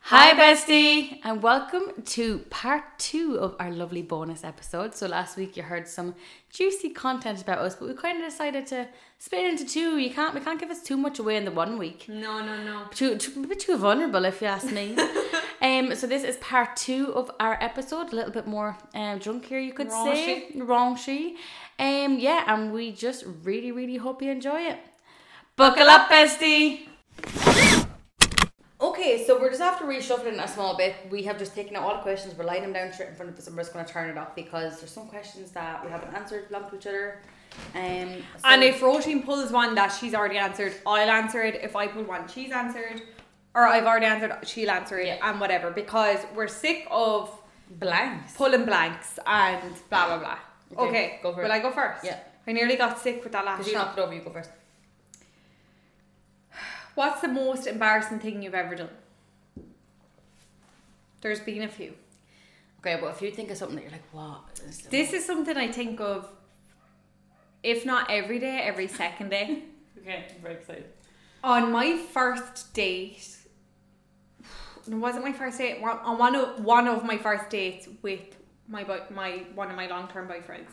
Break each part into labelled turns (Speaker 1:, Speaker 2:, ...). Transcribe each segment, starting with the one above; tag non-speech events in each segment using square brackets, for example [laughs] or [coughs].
Speaker 1: Hi, bestie, and welcome to part two of our lovely bonus episode. So, last week you heard some juicy content about us, but we kind of decided to split it into two. You can't, we can't give us too much away in the one week.
Speaker 2: No, no, no.
Speaker 1: Too, too, a bit too vulnerable, if you ask me. [laughs] um, so this is part two of our episode, a little bit more um, drunkier, you could say, raunchy. Um, yeah, and we just really, really hope you enjoy it. Buckle up, bestie. Okay, so we're just after reshuffling it a small bit. We have just taken out all the questions. We're lighting them down straight in front of us, and we're just going to turn it off because there's some questions that we haven't answered, belong to each other. Um, so-
Speaker 2: And if Roisin pulls one that she's already answered, I'll answer it. If I pull one, she's answered. Or I've already answered, she'll answer it,
Speaker 1: Yeah.
Speaker 2: and whatever. Because we're sick of
Speaker 1: blanks,
Speaker 2: pulling blanks and blah, blah, blah.
Speaker 1: Okay,
Speaker 2: Okay,
Speaker 1: go for
Speaker 2: will
Speaker 1: it.
Speaker 2: I go first?
Speaker 1: Yeah.
Speaker 2: I nearly got sick with that last
Speaker 1: because you
Speaker 2: shot.
Speaker 1: knocked it over, you go first.
Speaker 2: What's the most embarrassing thing you've ever done? There's been a few.
Speaker 1: Okay, but if you think of something that you're like, what? is the-
Speaker 2: This is something I think of, if not every day, every
Speaker 1: [laughs]
Speaker 2: second day.
Speaker 1: Okay, I'm very excited.
Speaker 2: on my first date [sighs] it wasn't my first date one- on one of one of my first dates with my boy, my one of my long-term boyfriends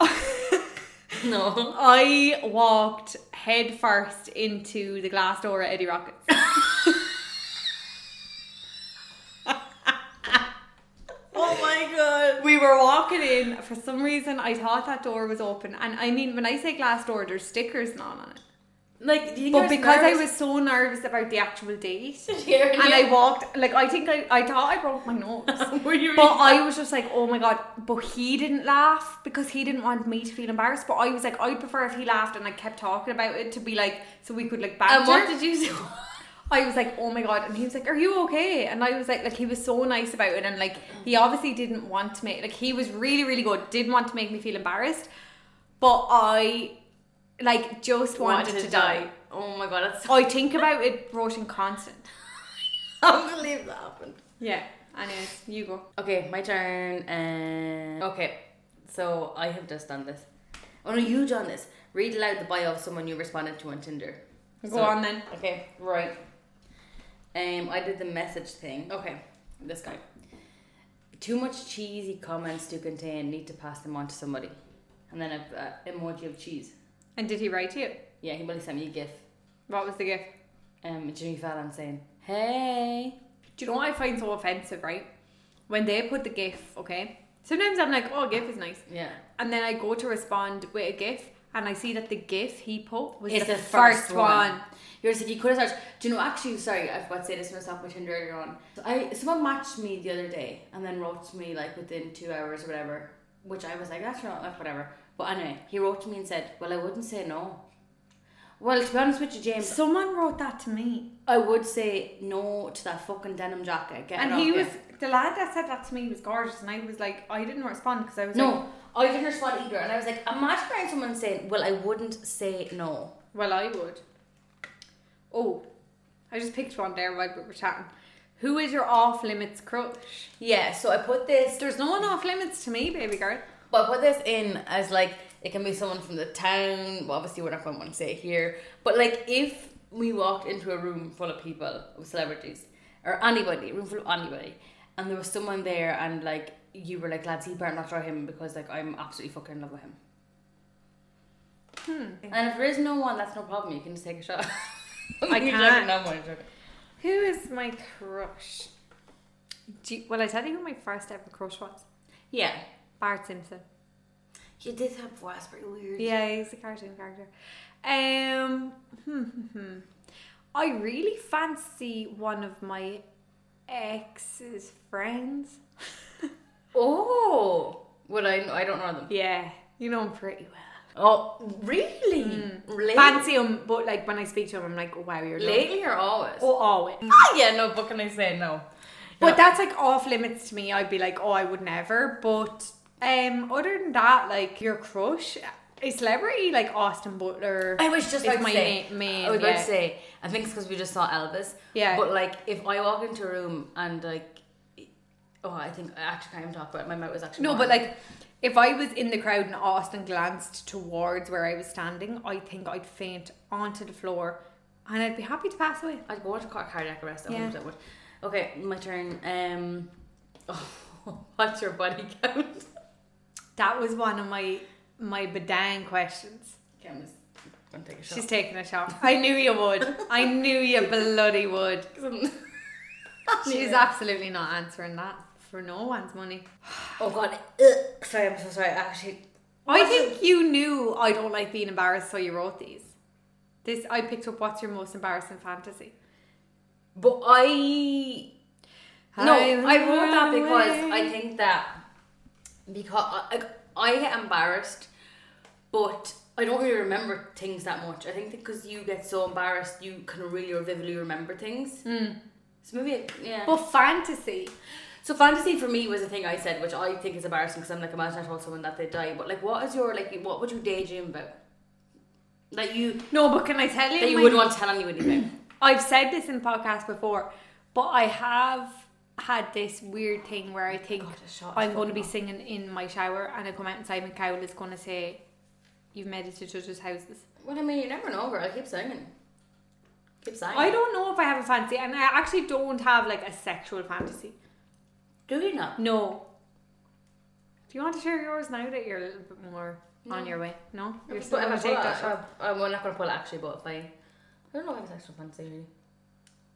Speaker 1: [laughs]
Speaker 2: [laughs]
Speaker 1: No.
Speaker 2: i walked head first into the glass door at eddie rockets
Speaker 1: Oh my god.
Speaker 2: we were walking in for some reason i thought that door was open and i mean when i say glass door there's stickers and all on it
Speaker 1: Like, do you think
Speaker 2: but because i was so nervous about the actual
Speaker 1: [laughs]
Speaker 2: date
Speaker 1: [laughs] here,
Speaker 2: and i walked like i think i, I thought i broke my nose
Speaker 1: [laughs] were you?
Speaker 2: But I was just like, oh my god. But he didn't laugh because he didn't want me to feel embarrassed. But I was like, I'd prefer if he laughed and I kept talking about it to be like, so we could like
Speaker 1: and what
Speaker 2: banter.
Speaker 1: did [laughs] you do?
Speaker 2: I was like, oh my god. And he was like, are you okay? And I was like, like he was so nice about it. And like, he obviously didn't want to make, like, he was really, really good. Didn't want to make me feel embarrassed. But I, like, just wanted, to, die.
Speaker 1: Oh my god, that's [laughs]
Speaker 2: I think about it, brought in constant.
Speaker 1: I can't believe that happened.
Speaker 2: Yeah. Anyways, you go.
Speaker 1: Okay, my turn. And okay, so I have just done this. Oh no, you done this. Read aloud the bio of someone you responded to on Tinder.
Speaker 2: Go
Speaker 1: So-
Speaker 2: on then.
Speaker 1: Okay, right. Um, I did the message thing. Okay, this guy. Too much cheesy comments to contain. Need to pass them on to somebody. And then a uh, emoji of cheese.
Speaker 2: And did he write to you?
Speaker 1: Yeah, he really sent me a gif.
Speaker 2: What was the gift?
Speaker 1: Um, Jimmy Fallon saying, "Hey."
Speaker 2: Do you know what I find so offensive, right? When they put the GIF, okay? Sometimes I'm like, oh, GIF is nice.
Speaker 1: Yeah.
Speaker 2: And then I go to respond with a GIF and I see that the GIF he put was
Speaker 1: It's
Speaker 2: the,
Speaker 1: the
Speaker 2: first,
Speaker 1: first
Speaker 2: one.
Speaker 1: one. You're just like, you could have searched. Do you know, actually, sorry, I forgot to say this when I was talking about Tinder earlier on. So I, someone matched me the other day and then wrote to me like within two hours or whatever, which I was like, that's not like whatever. But anyway, he wrote to me and said, well, I wouldn't say no. Well, to be honest with you, James,
Speaker 2: Someone wrote that to me.
Speaker 1: I would say no to that fucking denim jacket. Get it
Speaker 2: And
Speaker 1: off
Speaker 2: he
Speaker 1: you.
Speaker 2: was, the lad that said that to me was gorgeous. And I was like, I didn't respond because I was like,
Speaker 1: No, I didn't respond either. And I was like, imagine hearing someone saying, well, I wouldn't say no.
Speaker 2: well, I would. Oh, I just picked one there while we were chatting. Who is your off limits crush?
Speaker 1: Yeah, so I put this
Speaker 2: There's no one off limits to me, baby girl.
Speaker 1: But put this in as like it can be someone from the town. Well, obviously we're not going to want to say it here, but like if we walked into a room full of people, of celebrities, or anybody, a room full of anybody, and there was someone there, and like you were like, lads, he better not try him because like I'm absolutely fucking in love with him. Hmm. And if there is no one, that's no problem. You can just take a shot. [laughs]
Speaker 2: I
Speaker 1: You're joking,
Speaker 2: can't.
Speaker 1: no, I'm only joking.
Speaker 2: Who is my crush? Do you, well, I tell you who my first ever crush was.
Speaker 1: Yeah,
Speaker 2: Bart Simpson.
Speaker 1: you did have voice, that's pretty weird.
Speaker 2: Yeah, he's a cartoon character. Um, hmm, hmm, hmm. I really fancy one of my ex's friends. [laughs]
Speaker 1: Oh, would I? I don't know them.
Speaker 2: Yeah, you know him pretty well.
Speaker 1: Oh, really? Really?
Speaker 2: Fancy him, but like when I speak to him, I'm like, wow, you're lovely.
Speaker 1: Mm. Lately or always?
Speaker 2: Oh, always.
Speaker 1: Ah, yeah, no, what can I say? No.
Speaker 2: But that's like off limits to me. I'd be like, oh, I would never. But um, other than that, like your crush, a celebrity like Austin Butler.
Speaker 1: I was just
Speaker 2: is
Speaker 1: like
Speaker 2: my
Speaker 1: say,
Speaker 2: ma- main,
Speaker 1: I was about
Speaker 2: yeah.
Speaker 1: to say, I think it's because we just saw Elvis.
Speaker 2: Yeah.
Speaker 1: But like, if I walk into a room and like, oh, I think I actually can't even talk about it. My mouth was actually
Speaker 2: No,
Speaker 1: on.
Speaker 2: but like, if I was in the crowd and Austin glanced towards where I was standing, I think I'd faint onto the floor, and I'd be happy to pass away.
Speaker 1: I'd go on to ca- cardiac arrest. I
Speaker 2: Yeah.
Speaker 1: yeah. would. Okay, my turn. Um, [laughs] oh, what's your body count?
Speaker 2: That was one of my my bedang questions.
Speaker 1: Cam is gonna take a
Speaker 2: She's taking a shot. I knew you would. [laughs] I knew you bloody would. [laughs] She's
Speaker 1: Yeah.
Speaker 2: absolutely not answering that for no one's money.
Speaker 1: oh god. Ugh. Sorry, I'm so sorry. I actually,
Speaker 2: I think you knew I don't like being embarrassed, so you wrote these. This I picked up. What's your most embarrassing fantasy?
Speaker 1: but I No, I wrote that because I think that because I, I get embarrassed, but I don't really remember things that much. I think because you get so embarrassed, you can really or vividly remember things. So maybe it, yeah.
Speaker 2: Hmm. But fantasy.
Speaker 1: so fantasy for me was a thing I said, which I think is embarrassing because I'm like, imagine I told someone that they die. But like, what is your like? What would you daydream about? That you
Speaker 2: No, but can I tell you?
Speaker 1: that you
Speaker 2: my-
Speaker 1: wouldn't want to tell anyone about.
Speaker 2: [coughs] I've said this in podcasts before, but I have had this weird thing where I think
Speaker 1: God, a shot is
Speaker 2: I'm going
Speaker 1: fucking
Speaker 2: to be singing in my shower, and I come out and Simon Cowell is going to say, "You've made it to judges' houses."
Speaker 1: well, I mean, you never know, girl. I keep singing, keep singing.
Speaker 2: I don't know if I have a fantasy, and I actually don't have like a sexual fantasy.
Speaker 1: Do you not?
Speaker 2: No. Do you want to share yours now that you're a little bit more on
Speaker 1: No.
Speaker 2: your way? No, you're
Speaker 1: But
Speaker 2: still
Speaker 1: if
Speaker 2: going
Speaker 1: I
Speaker 2: to take
Speaker 1: pull
Speaker 2: that
Speaker 1: it,
Speaker 2: shot.
Speaker 1: I, I'm not gonna pull it actually, but if I, I don't know if I have sexual fantasy really.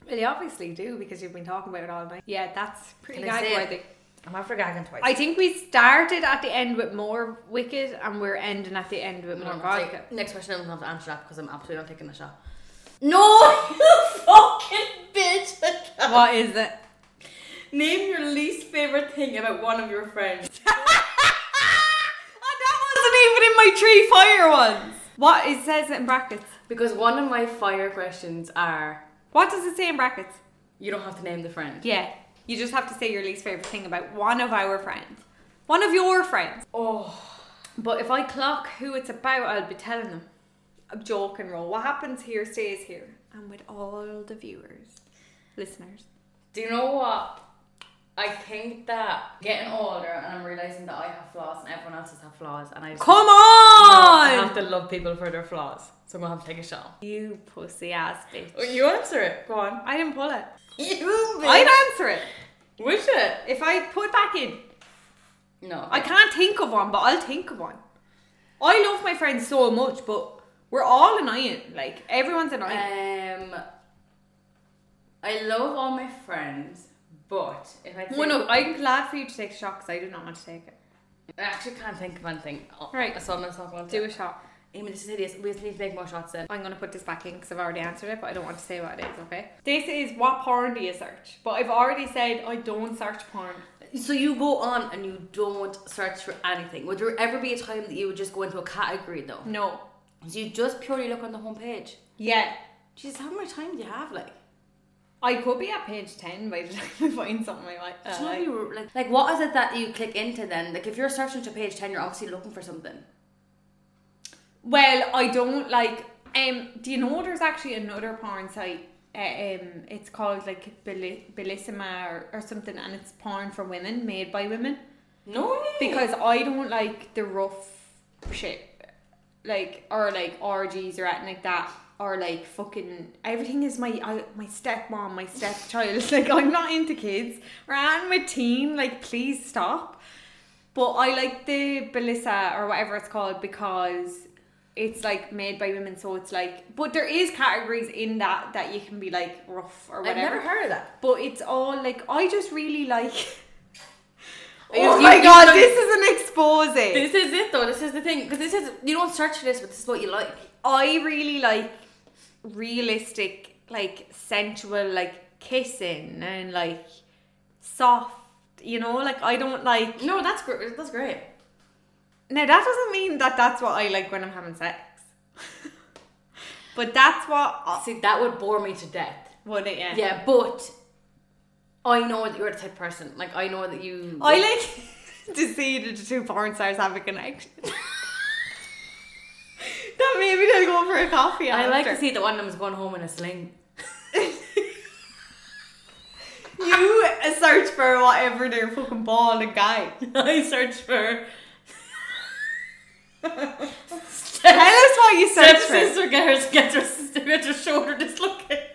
Speaker 2: Well, you obviously do because you've been talking about it all night. Yeah, that's pretty
Speaker 1: Can I
Speaker 2: gag
Speaker 1: say it?
Speaker 2: worthy.
Speaker 1: I'm after gagging twice.
Speaker 2: I think we started at the end with more wicked, and we're ending at the end
Speaker 1: Oh
Speaker 2: with more vodka.
Speaker 1: next question, I'm gonna have to answer that because I'm absolutely not taking a shot. No, [laughs] you fucking bitch! I can't.
Speaker 2: What is it? [laughs]
Speaker 1: Name your least favorite thing about one of your friends.
Speaker 2: oh, that wasn't even in my tree fire ones. What it says in brackets?
Speaker 1: Because one of my fire questions are,
Speaker 2: What does it say in brackets?
Speaker 1: you don't have to name the friend.
Speaker 2: Yeah, you just have to say your least favorite thing about one of our friends, one of your friends.
Speaker 1: Oh,
Speaker 2: But if I clock who it's about, I'll be telling them. I'm joking, roll. What happens here stays here, and with all the viewers, listeners.
Speaker 1: do you know what? I think that getting older and I'm realizing that I have flaws and everyone else has have flaws and I just
Speaker 2: Come
Speaker 1: I
Speaker 2: on!
Speaker 1: have to love people for their flaws. So I'm gonna have to take a shot.
Speaker 2: You pussy ass bitch.
Speaker 1: You answer it. Go on.
Speaker 2: I didn't pull it.
Speaker 1: [laughs] You
Speaker 2: I'd answer it
Speaker 1: wish it.
Speaker 2: if I put it back in.
Speaker 1: No.
Speaker 2: I can't think of one, but I'll think of one. I love my friends so much, but we're all annoying. Like everyone's annoying.
Speaker 1: um. I love all my friends, but if I think,
Speaker 2: well, no, I'm glad for you to take a shot because I do not want to take it.
Speaker 1: I actually can't think of anything. Oh,
Speaker 2: Right.
Speaker 1: So I'm just not going to
Speaker 2: Do a shot.
Speaker 1: Amy, this is hideous. We just need to make more shots then.
Speaker 2: I'm going to put this back in because I've already answered it, but I don't want to say what it is, okay? This is what porn do you search? But I've already said I don't search porn.
Speaker 1: So you go on and you don't search for anything. Would there ever be a time that you would just go into a category though?
Speaker 2: No.
Speaker 1: So you just purely look on the homepage.
Speaker 2: Yeah.
Speaker 1: Jesus, how much time do you have? Like,
Speaker 2: I could be at page 10 by the time I find something I like.
Speaker 1: Do you know
Speaker 2: I like.
Speaker 1: if you were- Uh, like, like what is it that you click into then? Like if you're searching to page ten, you're obviously looking for something.
Speaker 2: Well, I don't like. Um, do you know there's actually another porn site? Uh, um, it's called like Belli- Bellissima or, or something, and it's porn for women made by women.
Speaker 1: No,
Speaker 2: Because I don't like the rough shit, like or like orgies or anything like that, or like fucking everything is my I, my stepmom, my stepchild. [laughs] like I'm not into kids or I'm a teen. Like please stop. But I like the Belissa or whatever it's called because it's like made by women, so it's like. But there is categories in that that you can be like rough or
Speaker 1: I've
Speaker 2: whatever.
Speaker 1: never heard of that.
Speaker 2: But it's all like I just really [laughs] like.
Speaker 1: Oh
Speaker 2: Oh
Speaker 1: my
Speaker 2: my
Speaker 1: God,
Speaker 2: god, this is an expose.
Speaker 1: This is it though. This is the thing because this is you don't search for this, but this is what you like.
Speaker 2: I really like realistic, like sensual, like kissing and like soft. You know, like I don't like.
Speaker 1: No, that's great. That's great.
Speaker 2: Now that doesn't mean that that's what I like when I'm having sex. [laughs] but that's what I,
Speaker 1: See, that would bore me to death.
Speaker 2: would it? Yeah.
Speaker 1: Yeah, but I know that you're the type of person. Like I know that you.
Speaker 2: I like [laughs] to see that the two porn stars have a connection. [laughs] that maybe they'll go for a coffee.
Speaker 1: I like to
Speaker 2: after.
Speaker 1: see that one of them's going home in a sling. [laughs]
Speaker 2: you search for whatever their
Speaker 1: [laughs]
Speaker 2: fucking ball and guy.
Speaker 1: I search for.
Speaker 2: Tell us what you
Speaker 1: Step
Speaker 2: searched for.
Speaker 1: sister gets her, gets her, gets her shoulder dislocated.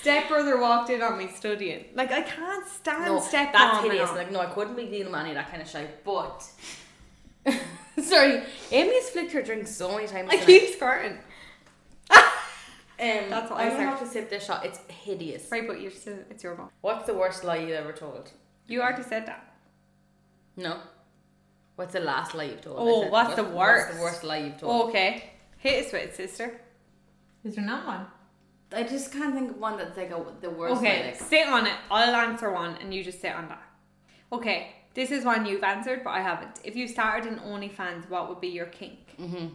Speaker 2: Stepbrother walked in on me studying. Like I can't stand
Speaker 1: No,
Speaker 2: stepmom.
Speaker 1: that's
Speaker 2: and
Speaker 1: hideous.
Speaker 2: all.
Speaker 1: Like, no, I couldn't be dealing with any of that kind of shit. But [laughs] sorry, Amy's flicked her drink so many times.
Speaker 2: [laughs] I
Speaker 1: tonight. [laughs]
Speaker 2: keep squirting.
Speaker 1: Um,
Speaker 2: That's what I
Speaker 1: I'm gonna
Speaker 2: said.
Speaker 1: have to sip this shot. It's hideous.
Speaker 2: Right, but you're still, it's your mom.
Speaker 1: What's the worst lie you ever told?
Speaker 2: You already said that.
Speaker 1: No. What's the last lie you've told?
Speaker 2: Oh,
Speaker 1: I said,
Speaker 2: what's the
Speaker 1: What's
Speaker 2: worst?
Speaker 1: the worst lie you've told?
Speaker 2: Okay. Hit us with it, sister. Is there not one?
Speaker 1: Oh, I just can't think of one that's like a, the worst.
Speaker 2: okay,
Speaker 1: lie, like-
Speaker 2: sit on it. I'll answer one and you just sit on that. Okay, this is one you've answered, but I haven't. If you started an OnlyFans, what would be your kink? Mm-hmm.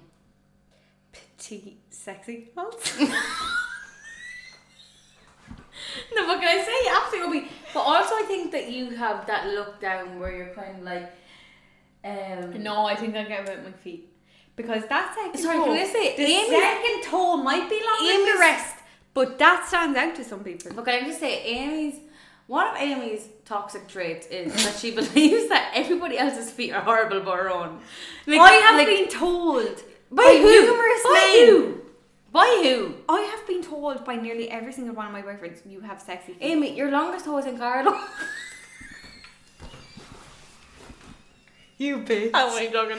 Speaker 2: Petite, sexy pulse.
Speaker 1: [laughs] [laughs] No, but can I say absolutely? will be- But also, I think that you have that look down where you're kind of like, um,
Speaker 2: no, I think I get about my feet. Because that second
Speaker 1: Sorry,
Speaker 2: toe,
Speaker 1: can I say,
Speaker 2: the
Speaker 1: Amy's-
Speaker 2: second toe might be longer than
Speaker 1: Amy's-
Speaker 2: the rest, but that stands out to some people.
Speaker 1: But can I just say, Amy's one of Amy's toxic traits is that she [laughs] believes that everybody else's feet are horrible but her own. Like,
Speaker 2: I have
Speaker 1: like-
Speaker 2: been told by,
Speaker 1: by who?
Speaker 2: numerous
Speaker 1: by
Speaker 2: men.
Speaker 1: who? By who?
Speaker 2: I have been told by nearly every single one of my boyfriends, you have sexy feet.
Speaker 1: Amy, your longest toe is in Carlo. [laughs]
Speaker 2: You bitch.
Speaker 1: am I talking?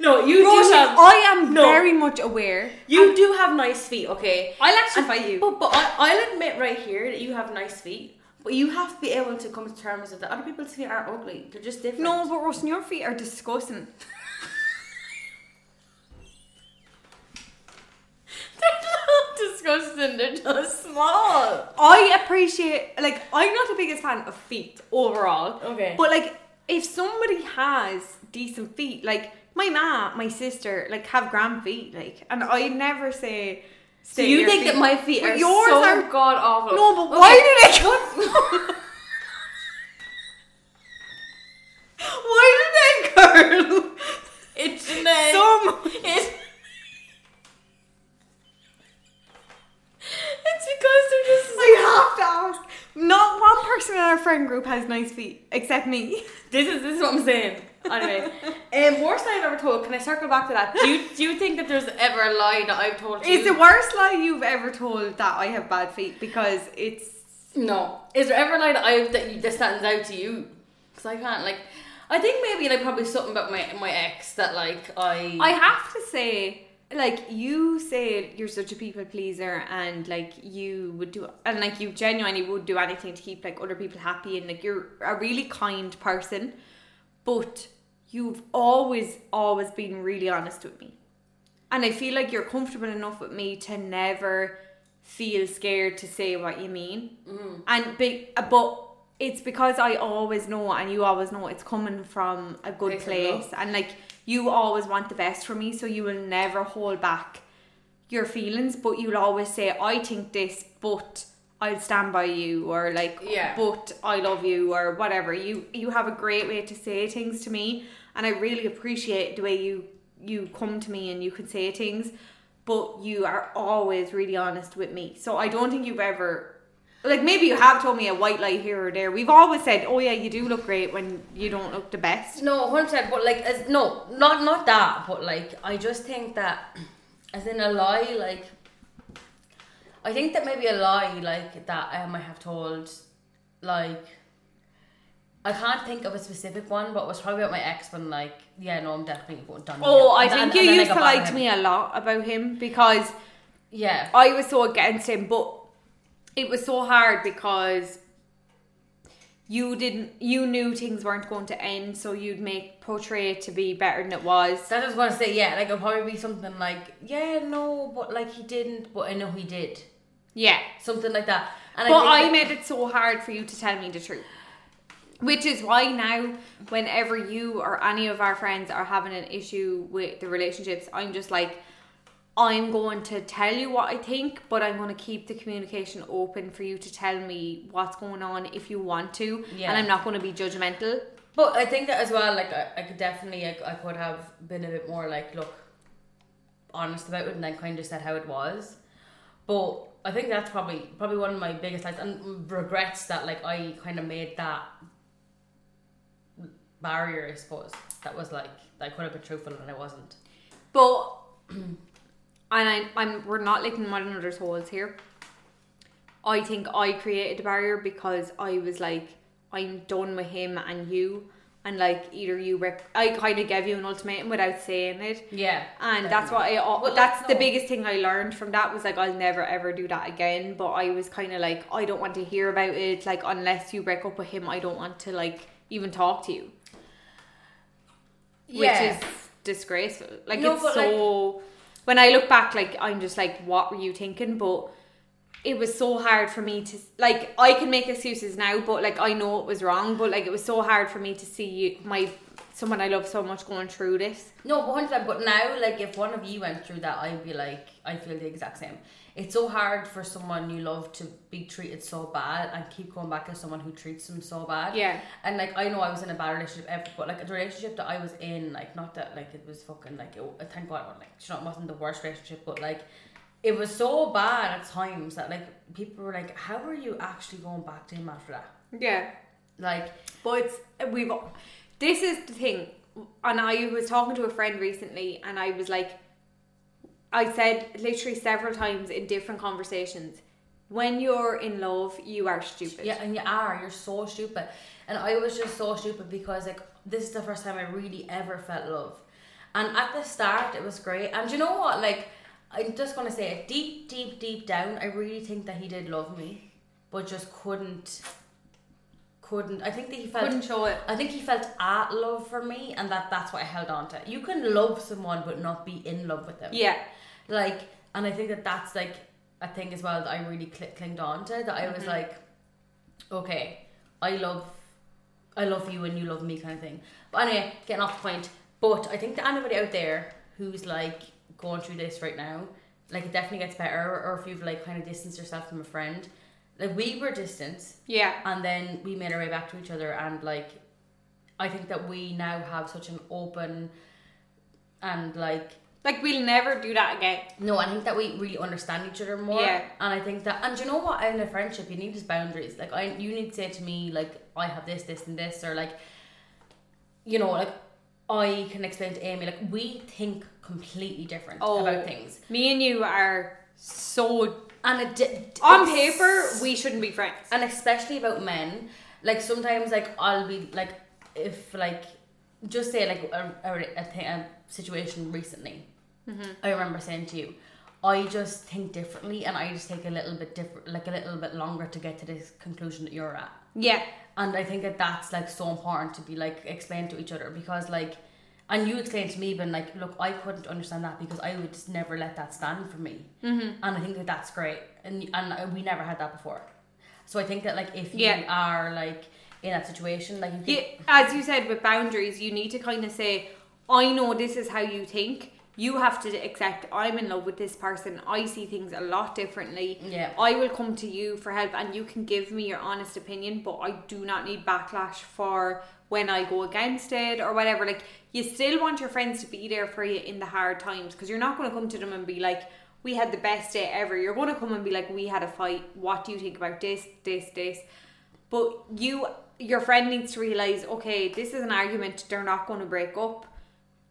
Speaker 1: No, you do have.
Speaker 2: I am
Speaker 1: No.
Speaker 2: very much aware.
Speaker 1: You do have nice feet, okay?
Speaker 2: I'll actually
Speaker 1: And-
Speaker 2: fight you.
Speaker 1: But, but I, I'll admit right here that you have nice feet. But you have to be able to come to terms with that other people's feet aren't ugly. They're just different.
Speaker 2: No, but Ross, your feet are disgusting.
Speaker 1: [laughs] they're not disgusting. They're just small.
Speaker 2: I appreciate, like, I'm not the biggest fan of feet overall.
Speaker 1: Okay.
Speaker 2: But, like, if somebody has decent feet, like, my ma, my sister, like, have grand feet, like, and I never say.
Speaker 1: So you think that my feet
Speaker 2: But
Speaker 1: are
Speaker 2: yours
Speaker 1: so
Speaker 2: are-
Speaker 1: god awful?
Speaker 2: No, but why
Speaker 1: [laughs]
Speaker 2: did I.
Speaker 1: What?
Speaker 2: Why did I curl?
Speaker 1: it's Sinead. [laughs]
Speaker 2: so much.
Speaker 1: It- it's because they're just.
Speaker 2: I have to ask. Not one person in our friend group has nice feet, except me.
Speaker 1: This is this is what I'm saying. Anyway, um, worst I've ever told. Can I circle back to that? Do you do you think that there's ever a lie that I've told?
Speaker 2: It's
Speaker 1: you?
Speaker 2: the worst lie you've ever told that I have bad feet because it's
Speaker 1: No. Is there ever a lie that I that you, that stands out to you? Because I can't like. I think maybe like probably something about my my ex that like I.
Speaker 2: I have to say, like you say, you're such a people pleaser, and like you would do, and like you genuinely would do anything to keep like other people happy, and like you're a really kind person, but you've always, always been really honest with me, and I feel like you're comfortable enough with me to never feel scared to say what you mean,
Speaker 1: Mm.
Speaker 2: and be, uh, but. It's because I always know, and you always know, it's coming from a good
Speaker 1: Place of love.
Speaker 2: place and like you always want the best for me so you will never hold back your feelings but you'll always say i think this but i'll stand by you or like
Speaker 1: Yeah.
Speaker 2: but i love you or whatever you you have a great way to say things to me and i really appreciate the way you you come to me and you can say things but you are always really honest with me so i don't think you've ever like maybe you have told me a white lie here or there we've always said oh yeah you do look great when you don't look the best
Speaker 1: No, hundred percent. But like, as no, not not that. But like, I just think that, as in a lie, like, I think that maybe a lie like that I might have told, like, I can't think of a specific one, but it was probably about my ex when like, yeah, no, I'm definitely going done. with
Speaker 2: Oh,
Speaker 1: him.
Speaker 2: I
Speaker 1: And-
Speaker 2: think
Speaker 1: and-
Speaker 2: you
Speaker 1: and then I
Speaker 2: used
Speaker 1: got
Speaker 2: to
Speaker 1: back
Speaker 2: like
Speaker 1: at him.
Speaker 2: me a lot about him because
Speaker 1: Yeah,
Speaker 2: I was so against him, but it was so hard because you didn't, you knew things weren't going to end, so you'd make portray it to be better than it was.
Speaker 1: that was gonna say yeah. Like, it'll probably be something like, yeah, no, but like he didn't, but I know he did.
Speaker 2: Yeah,
Speaker 1: Something like that. And
Speaker 2: but I
Speaker 1: think
Speaker 2: made it so hard for you to tell me the truth. Which is why now, whenever you or any of our friends are having an issue with the relationships, I'm just like, I'm going to tell you what I think, but I'm going to keep the communication open for you to tell me what's going on if you want to.
Speaker 1: Yeah.
Speaker 2: And I'm not going to be judgmental.
Speaker 1: But I think that as well, like I, I could definitely, I, I could have been a bit more like, look, honest about it, and I kind of said how it was. But I think that's probably probably one of my biggest lies and regrets that like I kind of made that barrier. I suppose that was like I could have been truthful and I wasn't.
Speaker 2: But [clears throat] and I, I'm we're not licking one another's holes here. I think I created a barrier because I was like, I'm done with him and you, and like either you rep. I kind of gave you an ultimatum without saying it,
Speaker 1: Yeah.
Speaker 2: and that's what I. al-
Speaker 1: Well,
Speaker 2: that's
Speaker 1: like,
Speaker 2: the
Speaker 1: no.
Speaker 2: biggest thing I learned from that was like I'll never ever do that again. But I was kind of like, I don't want to hear about it. Like unless you break up with him, I don't want to like even talk to you
Speaker 1: Yeah.
Speaker 2: which is disgraceful. Like
Speaker 1: No,
Speaker 2: it's
Speaker 1: but,
Speaker 2: so. when I look back, like I'm just like, what were you thinking? But it was so hard for me to like. I can make excuses now, but like I know it was wrong. But like it was so hard for me to see you, my someone I love so much going through this.
Speaker 1: No, but hundred percent. But now, like, if one of you went through that, I'd be like, I feel the exact same. It's so hard for someone you love to be treated so bad and keep going back as someone who treats them so bad.
Speaker 2: Yeah.
Speaker 1: And like, I know I was in a bad relationship, ever, but like the relationship that I was in, like, not that like it was fucking like, it, uh, thank God, like, you know, it wasn't the worst relationship, but like, it was so bad at times that like people were like, how are you actually going back to him after that?
Speaker 2: Yeah.
Speaker 1: Like,
Speaker 2: But it's, we've. This is the thing, and I was talking to a friend recently, and I was like, I said literally several times in different conversations, when you're in love, you are stupid.
Speaker 1: Yeah, and you are. You're so stupid. And I was just so stupid because like this is the first time I really ever felt love. And at the start, it was great. And you know what? Like, I'm just gonna say it deep, deep, deep down. I really think that he did love me, but just couldn't. Couldn't. I think that he felt.
Speaker 2: Couldn't show it.
Speaker 1: I think he felt at love for me, and that that's what I held on to. You can love someone but not be in love with them
Speaker 2: Yeah.
Speaker 1: like and i think that that's like a thing as well that i really cl- clinged on to that i was like okay i love i love you and you love me kind of thing but anyway getting off the point but i think that anybody out there who's like going through this right now like it definitely gets better or if you've like kind of distanced yourself from a friend like we were distant
Speaker 2: Yeah.
Speaker 1: and then we made our way back to each other and like i think that we now have such an open and like
Speaker 2: Like we'll never do that again.
Speaker 1: no, I think that we really understand each other more.
Speaker 2: Yeah.
Speaker 1: And I think that, and you know what? In a friendship, you need these boundaries. Like, I, you need to say to me, like, I have this, this, and this, or like, you know, like, I can explain to Amy, like, we think completely different
Speaker 2: Oh.
Speaker 1: about things.
Speaker 2: Me and you are so
Speaker 1: And it di-
Speaker 2: on
Speaker 1: it's-
Speaker 2: paper we shouldn't be friends.
Speaker 1: and especially about men like sometimes like i'll be like if like just say like a, a, a, thi- a situation recently i remember saying to you i just think differently and i just take a little bit different like a little bit longer to get to this conclusion that you're at
Speaker 2: Yeah.
Speaker 1: and i think that that's like so important to be like explained to each other because like and you explained to me but like look i couldn't understand that because i would just never let that stand for me mm-hmm. and i think that that's great and and we never had that before so i think that like if you
Speaker 2: Yeah.
Speaker 1: are like in that situation like you can,
Speaker 2: Yeah. As you said with boundaries, you need to kind of say, I know this is how you think. You have to accept I'm in love with this person. I see things a lot differently.
Speaker 1: Yeah.
Speaker 2: I will come to you for help and you can give me your honest opinion, but I do not need backlash for when I go against it or whatever. Like, you still want your friends to be there for you in the hard times because you're not going to come to them and be like, we had the best day ever. You're going to come and be like, we had a fight. What do you think about this, this, this? But you, your friend needs to realize, okay, this is an argument. They're not going to break up.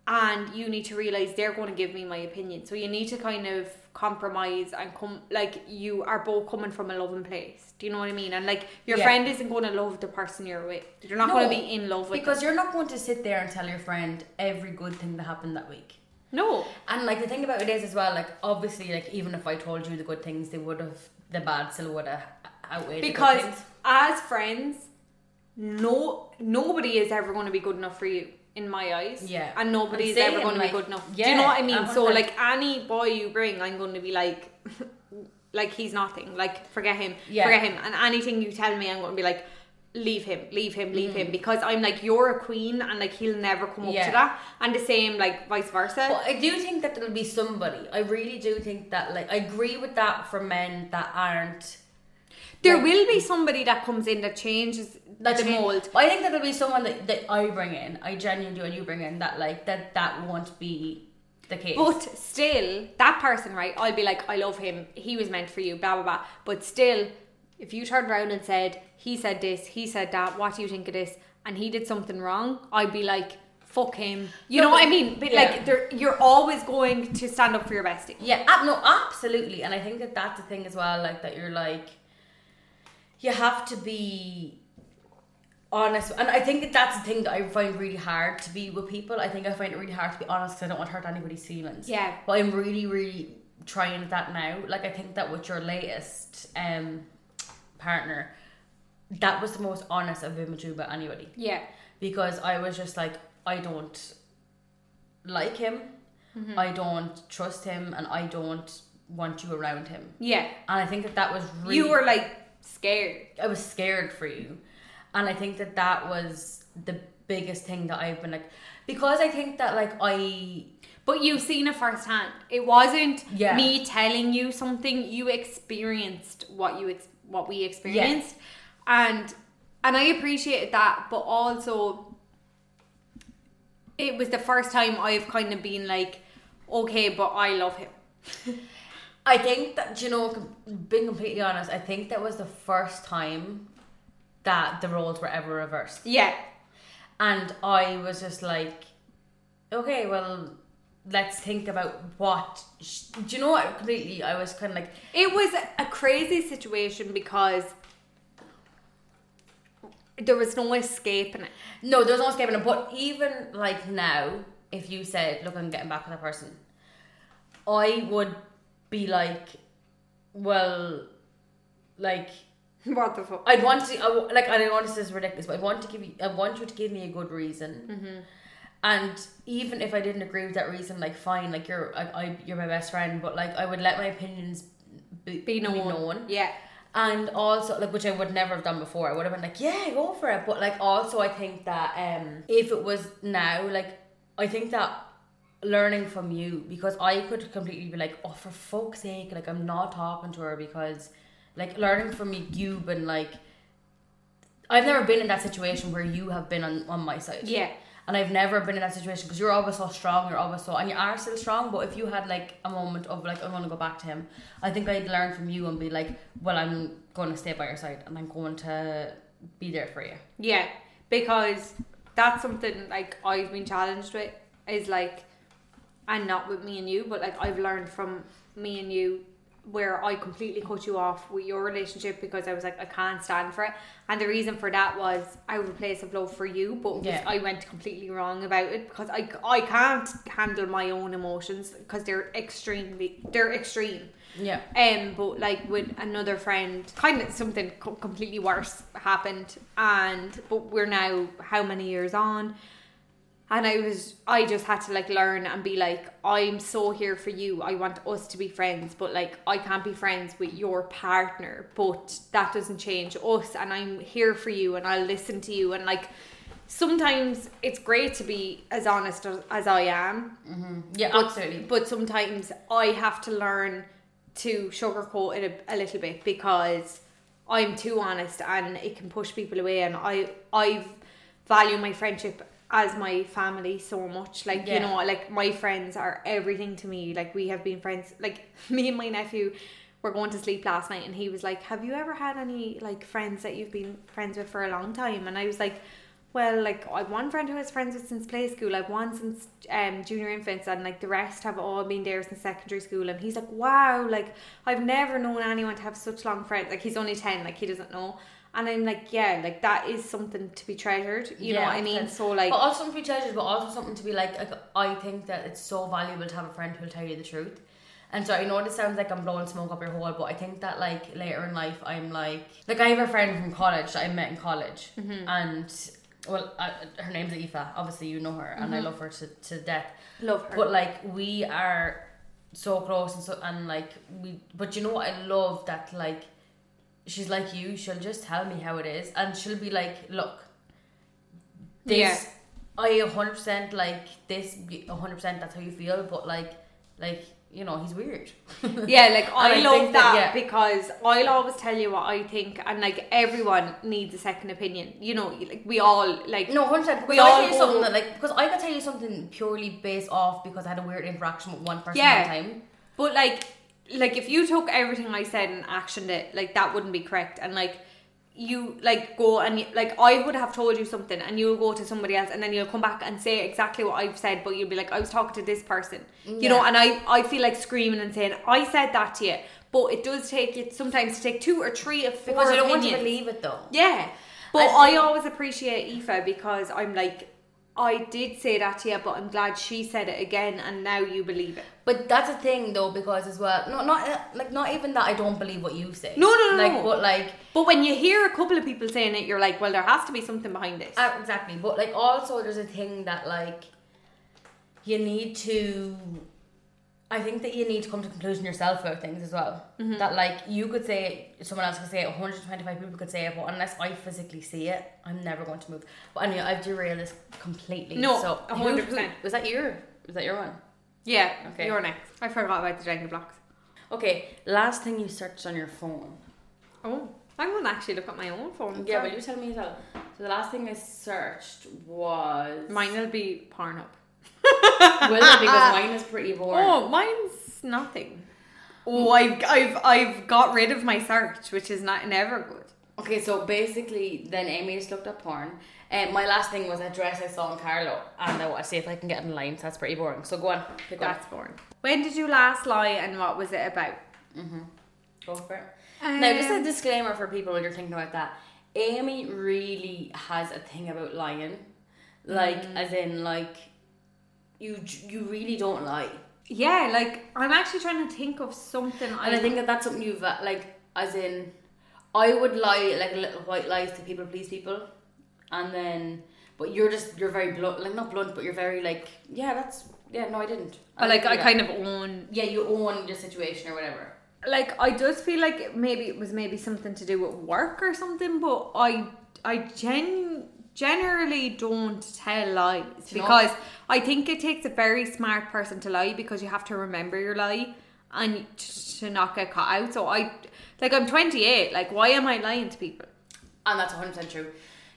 Speaker 2: And you need to realize they're going to give me my opinion. So you need to kind of compromise and come, like, you are both coming from a loving place. Do you know what I mean? And like, your
Speaker 1: Yeah.
Speaker 2: friend isn't going to love the person you're with. You're not
Speaker 1: No,
Speaker 2: going to be in love with
Speaker 1: because you're not going to sit there and tell your friend every good thing that happened that week
Speaker 2: them. No.
Speaker 1: And like the thing about it is as well, like obviously, like even if I told you the good things, they would have the bad still would have outweighed the
Speaker 2: Because
Speaker 1: good things.
Speaker 2: as friends, no nobody is ever going to be good enough for you in my eyes.
Speaker 1: Yeah.
Speaker 2: And
Speaker 1: I'm
Speaker 2: nobody is
Speaker 1: saying,
Speaker 2: ever going to
Speaker 1: like,
Speaker 2: be good enough. Do
Speaker 1: yeah,
Speaker 2: you know what I mean? So
Speaker 1: 100%.
Speaker 2: like any boy you bring, I'm going to be like [laughs] like he's nothing. Like forget him.
Speaker 1: Yeah.
Speaker 2: Forget him. And anything you tell me, I'm going to be like leave him, leave him, leave him because I'm like you're a queen and like he'll never come up
Speaker 1: Mm. Yeah.
Speaker 2: to that. And the same like vice versa.
Speaker 1: But I do think that there'll be somebody. I really do think that like I agree with that for men that aren't
Speaker 2: there will be somebody that comes in that changes
Speaker 1: that
Speaker 2: the mold.
Speaker 1: But I think that there'll be someone that, that I bring in. I genuinely do and you bring in that like that that won't be the case.
Speaker 2: But still, that person, right? I'll be like, I love him. He was meant for you. Blah blah blah. But still, if you turned around and said he said this, he said that. What do you think of this? And he did something wrong. I'd be like, fuck him. You
Speaker 1: No,
Speaker 2: know what
Speaker 1: but-
Speaker 2: I mean? But
Speaker 1: yeah.
Speaker 2: like, there- you're always going to stand up for your bestie.
Speaker 1: Yeah, ab- no, absolutely. And I think that that's the thing as well, like that you're like, you have to be honest. And I think that that's the thing that I find really hard to be with people. I think I find it really hard to be honest because I don't want to hurt anybody's feelings.
Speaker 2: Yeah.
Speaker 1: But I'm really, really trying that now. Like, I think that with your latest um partner, that was the most honest I've been with you about anybody
Speaker 2: Yeah.
Speaker 1: because I was just like, I don't like him,
Speaker 2: Mm-hmm.
Speaker 1: I don't trust him, and I don't want you around him.
Speaker 2: Yeah.
Speaker 1: And I think that that was really,
Speaker 2: You were like scared.
Speaker 1: I was scared for you, and I think that that was the biggest thing that I've been like, because I think that like I
Speaker 2: But you've seen it firsthand. It wasn't
Speaker 1: Yeah.
Speaker 2: me telling you something. You experienced what you ex- what we experienced, and and I appreciated that. But also, it was the first time I've kind of been like, okay, but I love him. [laughs]
Speaker 1: I think that you know, com- being completely honest, I think that was the first time that the roles were ever reversed.
Speaker 2: Yeah,
Speaker 1: And I was just like, okay, well, let's think about what. Sh- Do you know what? Completely, I was kind of like,
Speaker 2: It was a crazy situation because there was no escaping it. [laughs]
Speaker 1: no, there's no escaping it. But even like now, if you said, look, I'm getting back with that person, I would be like, well, like,
Speaker 2: What the fuck?
Speaker 1: I'd want to, I, w- like, I know this is ridiculous, but I want to give you, I want you to give me a good reason.
Speaker 2: Mm-hmm.
Speaker 1: And even if I didn't agree with that reason, like, fine, like, you're, I, I, you're my best friend, but like, I would let my opinions be,
Speaker 2: Be known.
Speaker 1: be known.
Speaker 2: Yeah.
Speaker 1: And also, like, which I would never have done before. I would have been like, yeah, go for it. But like, also, I think that um, if it was now, like, I think that learning from you because I could completely be like, oh, for fuck's sake, like, I'm not talking to her because, like, learning from you been like, I've never been in that situation where you have been on, on my side.
Speaker 2: Yeah.
Speaker 1: And I've never been in that situation because you're always so strong, you're always so, and you are still strong. But if you had like a moment of like, I'm gonna go back to him, I think I'd learn from you and be like, well, I'm gonna stay by your side and I'm going to be there for you.
Speaker 2: Yeah. Because that's something like I've been challenged with is like and not with me and you, but like I've learned from me and you where I completely cut you off with your relationship because I was like, I can't stand for it. And the reason for that was I was a place of love for you, but it was-
Speaker 1: Yeah.
Speaker 2: I went completely wrong about it because I, I can't handle my own emotions because they're extremely, they're extreme.
Speaker 1: Yeah.
Speaker 2: Um, but like with another friend, kind of something co- completely worse happened, and but we're now how many years on, and I was I just had to like learn and be like I'm so here for you. I want us to be friends, but like I can't be friends with your partner, but that doesn't change us, and I'm here for you, and I'll listen to you, and like. Sometimes it's great to be as honest as, as I am,
Speaker 1: Yeah,
Speaker 2: but,
Speaker 1: absolutely.
Speaker 2: But sometimes I have to learn to sugarcoat it a, a little bit because I'm too honest and it can push people away. And I I value my friendship as my family so much. Like you
Speaker 1: Yeah.
Speaker 2: know, like my friends are everything to me. Like we have been friends. Like [laughs] me and my nephew were going to sleep last night, and he was like, "Have you ever had any like friends that you've been friends with for a long time?" And I was like well, like I've one friend who has friends with since play school, I've one since um junior infants, and like the rest have all been there since secondary school. And he's like, wow, like I've never known anyone to have such long friends. Like he's only ten, like he doesn't know. And I'm like, yeah, like that is something to be treasured. You know
Speaker 1: Yeah,
Speaker 2: what I mean?
Speaker 1: that's-
Speaker 2: So like,
Speaker 1: but also something to be treasured, but also something to be like, like, I think that it's so valuable to have a friend who'll tell you the truth. And so I know this sounds like I'm blowing smoke up your hole, but I think that like later in life, I'm like, like I have a friend from college that I met in college, and well, I, her name's Aoife. Obviously, you know her, and I love her to, to death.
Speaker 2: love her.
Speaker 1: But like we are so close and so and like we but you know what I love that like she's like you, she'll just tell me how it is and she'll be like, Look, this
Speaker 2: Yeah.
Speaker 1: I hundred percent like this hundred percent that's how you feel, but like like, you know, he's weird. [laughs]
Speaker 2: yeah, like I,
Speaker 1: I
Speaker 2: love
Speaker 1: think
Speaker 2: that,
Speaker 1: that- yeah.
Speaker 2: because I'll always tell you what I think, and like everyone needs a second opinion. You know, like we all like
Speaker 1: No, hundred percent.
Speaker 2: We
Speaker 1: Because I
Speaker 2: all
Speaker 1: tell you
Speaker 2: go-
Speaker 1: something that, like, because I could tell you something purely based off because I had a weird interaction with one person
Speaker 2: Yeah.
Speaker 1: at a time.
Speaker 2: But like, like if you took everything I said and actioned it, like that wouldn't be correct. And like, you like go and you, like I would have told you something and you'll go to somebody else and then you'll come back and say exactly what I've said but you'll be like I was talking to this person you know
Speaker 1: Yeah.
Speaker 2: and I I feel like screaming and saying I said that to you but it does take it sometimes to take two or three of four
Speaker 1: because you don't want to
Speaker 2: opinions.
Speaker 1: believe it though.
Speaker 2: Yeah. But
Speaker 1: I
Speaker 2: I,
Speaker 1: think-
Speaker 2: always appreciate Aoife because I'm like, I did say that to you, but I'm glad she said it again and now you believe it.
Speaker 1: But that's a thing though, because as well, no, not uh, like not even that I don't believe what you say.
Speaker 2: No, no, no,
Speaker 1: Like,
Speaker 2: no.
Speaker 1: but like
Speaker 2: But when you hear a couple of people saying it, you're like, well, there has to be something behind this.
Speaker 1: Uh, exactly, but like also there's a thing that like you need to. I think that you need to come to conclusion yourself about things as well.
Speaker 2: Mm-hmm.
Speaker 1: That like you could say it, someone else could say it, 125 people could say it, but unless I physically see it, I'm never going to move. But anyway, I've derailed this completely.
Speaker 2: No,
Speaker 1: so
Speaker 2: a
Speaker 1: who-
Speaker 2: hundred
Speaker 1: who-
Speaker 2: percent.
Speaker 1: Was that your? Was that your one?
Speaker 2: yeah,
Speaker 1: Okay.
Speaker 2: you're next. I forgot about the Jenga blocks.
Speaker 1: Okay, last thing you searched on your phone.
Speaker 2: Oh, I'm going to actually look at my own phone.
Speaker 1: Yeah, will you tell me as well? So the last thing I searched was [laughs]
Speaker 2: Mine will be Pornhub.
Speaker 1: Will it?
Speaker 2: [laughs]
Speaker 1: Because mine is pretty boring.
Speaker 2: Oh, mine's nothing. Oh, I've, I've, I've got rid of my search, which is not never good.
Speaker 1: Okay, so basically, then Amy just looked up porn. And my last thing was a dress I saw in Carlo, and I want to see if I can get it online. So that's pretty boring. So go on, pick one.
Speaker 2: That's boring. When did you last lie and what was it about?
Speaker 1: Go for it. now, just a
Speaker 2: Um,
Speaker 1: disclaimer for people when you're thinking about that. Amy really has a thing about lying, like
Speaker 2: Mm.
Speaker 1: as in like you j- you really don't lie,
Speaker 2: Yeah, like I'm actually trying to think of something.
Speaker 1: and I think that that's something you've uh, like as in I would lie like little white lies to people please people, and then but you're just you're very blunt like not blunt but you're very like yeah that's yeah no I didn't
Speaker 2: but like
Speaker 1: didn't do
Speaker 2: I
Speaker 1: that."
Speaker 2: kind of own.
Speaker 1: yeah you own your situation or whatever.
Speaker 2: Like I just feel like it- maybe it was maybe something to do with work or something. But I I gen generally don't tell lies
Speaker 1: you know-
Speaker 2: because I think it takes a very smart person to lie because you have to remember your lie and t- to not get caught out. So I like I'm 28. Like why am I lying to people?
Speaker 1: And that's 100% true.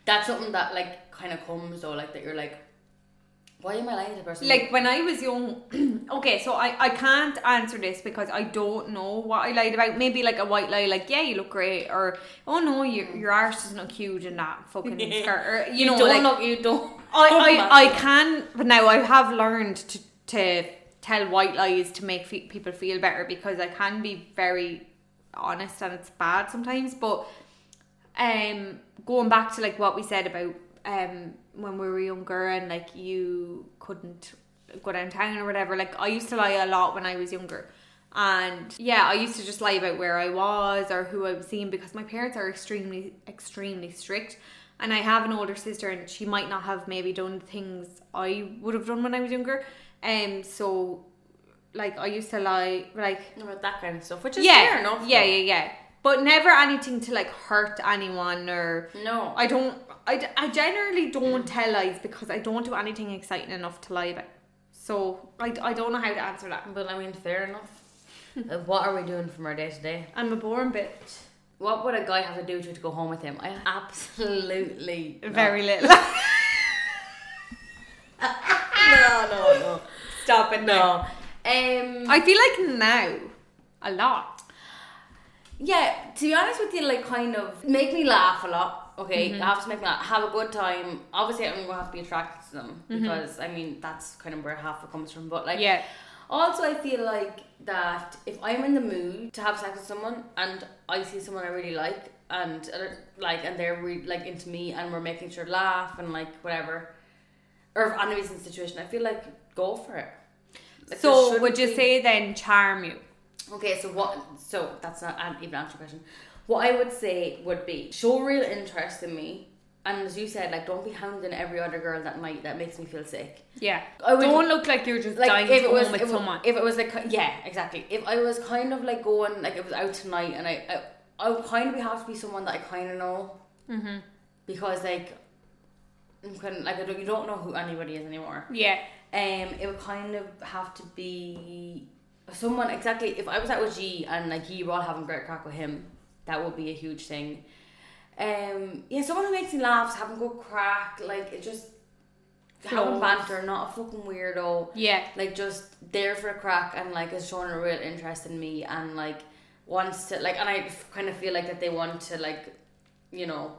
Speaker 1: That's something that, like, kind of comes, though, like, that you're like, why am I lying to the person?
Speaker 2: like when I was young. [clears throat] okay, so I I can't answer this because I don't know what I lied about. Maybe like a white lie, like yeah, you look great, or oh no, your your arse is not cute in that
Speaker 1: [laughs]
Speaker 2: fucking skirt, or you, know,
Speaker 1: don't
Speaker 2: like,
Speaker 1: look, Mm. you don't.
Speaker 2: I, I, I can, but now I have learned to, to tell white lies to make fe- people feel better because I can be very honest and it's bad sometimes. But um, going back to like what we said about um when we were younger and like you couldn't go downtown or whatever. Like I used to lie a lot when I was younger. And yeah, I used to just lie about where I was or who I was seeing because my parents are extremely, extremely strict. And I have an older sister, and she might not have maybe done things I would have done when I was younger. Um, so like I used to lie, like
Speaker 1: know [laughs] about that kind of stuff, which is
Speaker 2: yeah,
Speaker 1: fair enough.
Speaker 2: yeah, yeah, yeah, but never anything to like hurt anyone or
Speaker 1: yeah. No.
Speaker 2: I don't. I, d- I generally don't tell lies because I don't do anything exciting enough to lie about. So I, d- I don't know how to answer that.
Speaker 1: but I mean, fair
Speaker 2: [laughs]
Speaker 1: enough. Uh, what are we doing from our day to day?
Speaker 2: I'm a boring bitch.
Speaker 1: What would a guy have to do to, to go home with him? I absolutely. not.
Speaker 2: Very little.
Speaker 1: No, no, no.
Speaker 2: Stop it.
Speaker 1: No. Um,
Speaker 2: [laughs] I feel like now, a lot.
Speaker 1: Yeah, to be honest with you, like kind of make me laugh a lot. Okay,
Speaker 2: Mm-hmm.
Speaker 1: I have to make me laugh, have a good time. Obviously, I'm gonna have to be attracted to them because I mean that's kind of where half it comes from. But like,
Speaker 2: Mm-hmm. Yeah.
Speaker 1: Also, I feel like that if I'm in the mood to have sex with someone and I see someone I really like and uh, like and they're re- like into me and we're making sure to laugh and like whatever, or if anybody's in the situation, I feel like go for it. Like, there
Speaker 2: So
Speaker 1: shouldn't
Speaker 2: would you
Speaker 1: be-
Speaker 2: say then charm you?
Speaker 1: Okay, so what? So that's not an even answer question. What I would say would be show real interest in me, and as you said, like don't be hounding every other girl that night. That makes me feel sick.
Speaker 2: Yeah.
Speaker 1: I would-
Speaker 2: don't look like you're just dying
Speaker 1: Like
Speaker 2: to
Speaker 1: if it
Speaker 2: go
Speaker 1: was
Speaker 2: home with
Speaker 1: if, it-
Speaker 2: someone.
Speaker 1: if it was like yeah, exactly. If I was kind of like going like it was out tonight, and I I, I would kind of have to be someone that I kind of know,
Speaker 2: Mm-hmm.
Speaker 1: because like. I'm kind of, like I don't, you don't know who anybody is anymore.
Speaker 2: yeah.
Speaker 1: Um, it would kind of have to be someone exactly. If I was out with G and like you were all having great crack with him, that would be a huge thing. Um, yeah, someone who makes me laugh, having good crack, like it just having
Speaker 2: Flows.
Speaker 1: banter, not a fucking weirdo.
Speaker 2: Yeah.
Speaker 1: Like just there for a crack and like is showing a real interest in me and like wants to like and I kind of feel like that they want to like you know,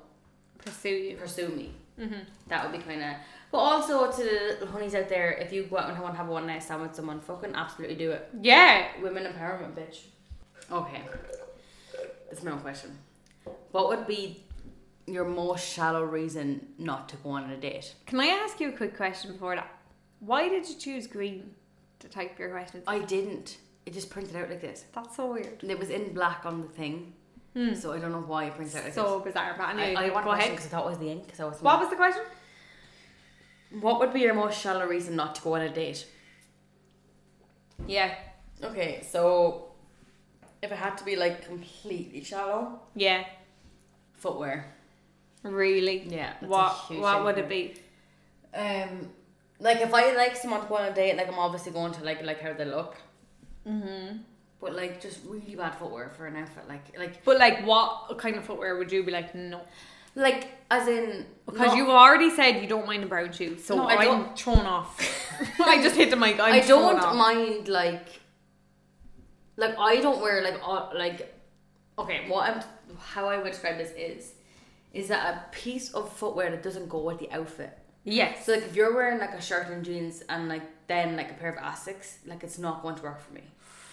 Speaker 2: Pursue you.
Speaker 1: pursue me.
Speaker 2: Mm-hmm.
Speaker 1: That would be kind of. But also to the little honeys out there, if you go out and want to have a one night stand with someone, fucking absolutely do it.
Speaker 2: Yeah.
Speaker 1: Women empowerment, bitch. Okay. It's my own question. What would be your most shallow reason not to go on a date?
Speaker 2: Can I ask you a quick question before that? Why did you choose green to type your questions?
Speaker 1: I didn't. It just printed out like this.
Speaker 2: That's so weird.
Speaker 1: And it was in black on the thing.
Speaker 2: Hmm.
Speaker 1: So I don't know why it printed out like
Speaker 2: So bizarre. But
Speaker 1: this.
Speaker 2: anyway,
Speaker 1: I, I want
Speaker 2: go ahead.
Speaker 1: because I thought it was the end. Because I was.
Speaker 2: What was the question?
Speaker 1: What would be your most shallow reason not to go on a date? Yeah. Okay, so if it had to be like completely shallow,
Speaker 2: Yeah.
Speaker 1: footwear.
Speaker 2: Really.
Speaker 1: Yeah.
Speaker 2: what what would it be?
Speaker 1: Um, like if I like someone to go on a date, like I'm obviously going to like like how they look,
Speaker 2: Mm-hmm.
Speaker 1: but like just really bad footwear for an outfit, like like
Speaker 2: But like, what kind of footwear would you be like? No,
Speaker 1: like as in
Speaker 2: because
Speaker 1: not- [laughs]
Speaker 2: you [laughs] already said you don't mind a brown shoe, so
Speaker 1: No, I
Speaker 2: I am
Speaker 1: don't.
Speaker 2: thrown off. [laughs] I just hit the mic. I'm
Speaker 1: I
Speaker 2: thrown
Speaker 1: don't
Speaker 2: off.
Speaker 1: mind like like I don't wear like all, like okay what I'm how I would describe this is is that a piece of footwear that doesn't go with the outfit.
Speaker 2: Yes.
Speaker 1: So like if you're wearing like a shirt and jeans and like then like a pair of Asics, like it's not going to work for me.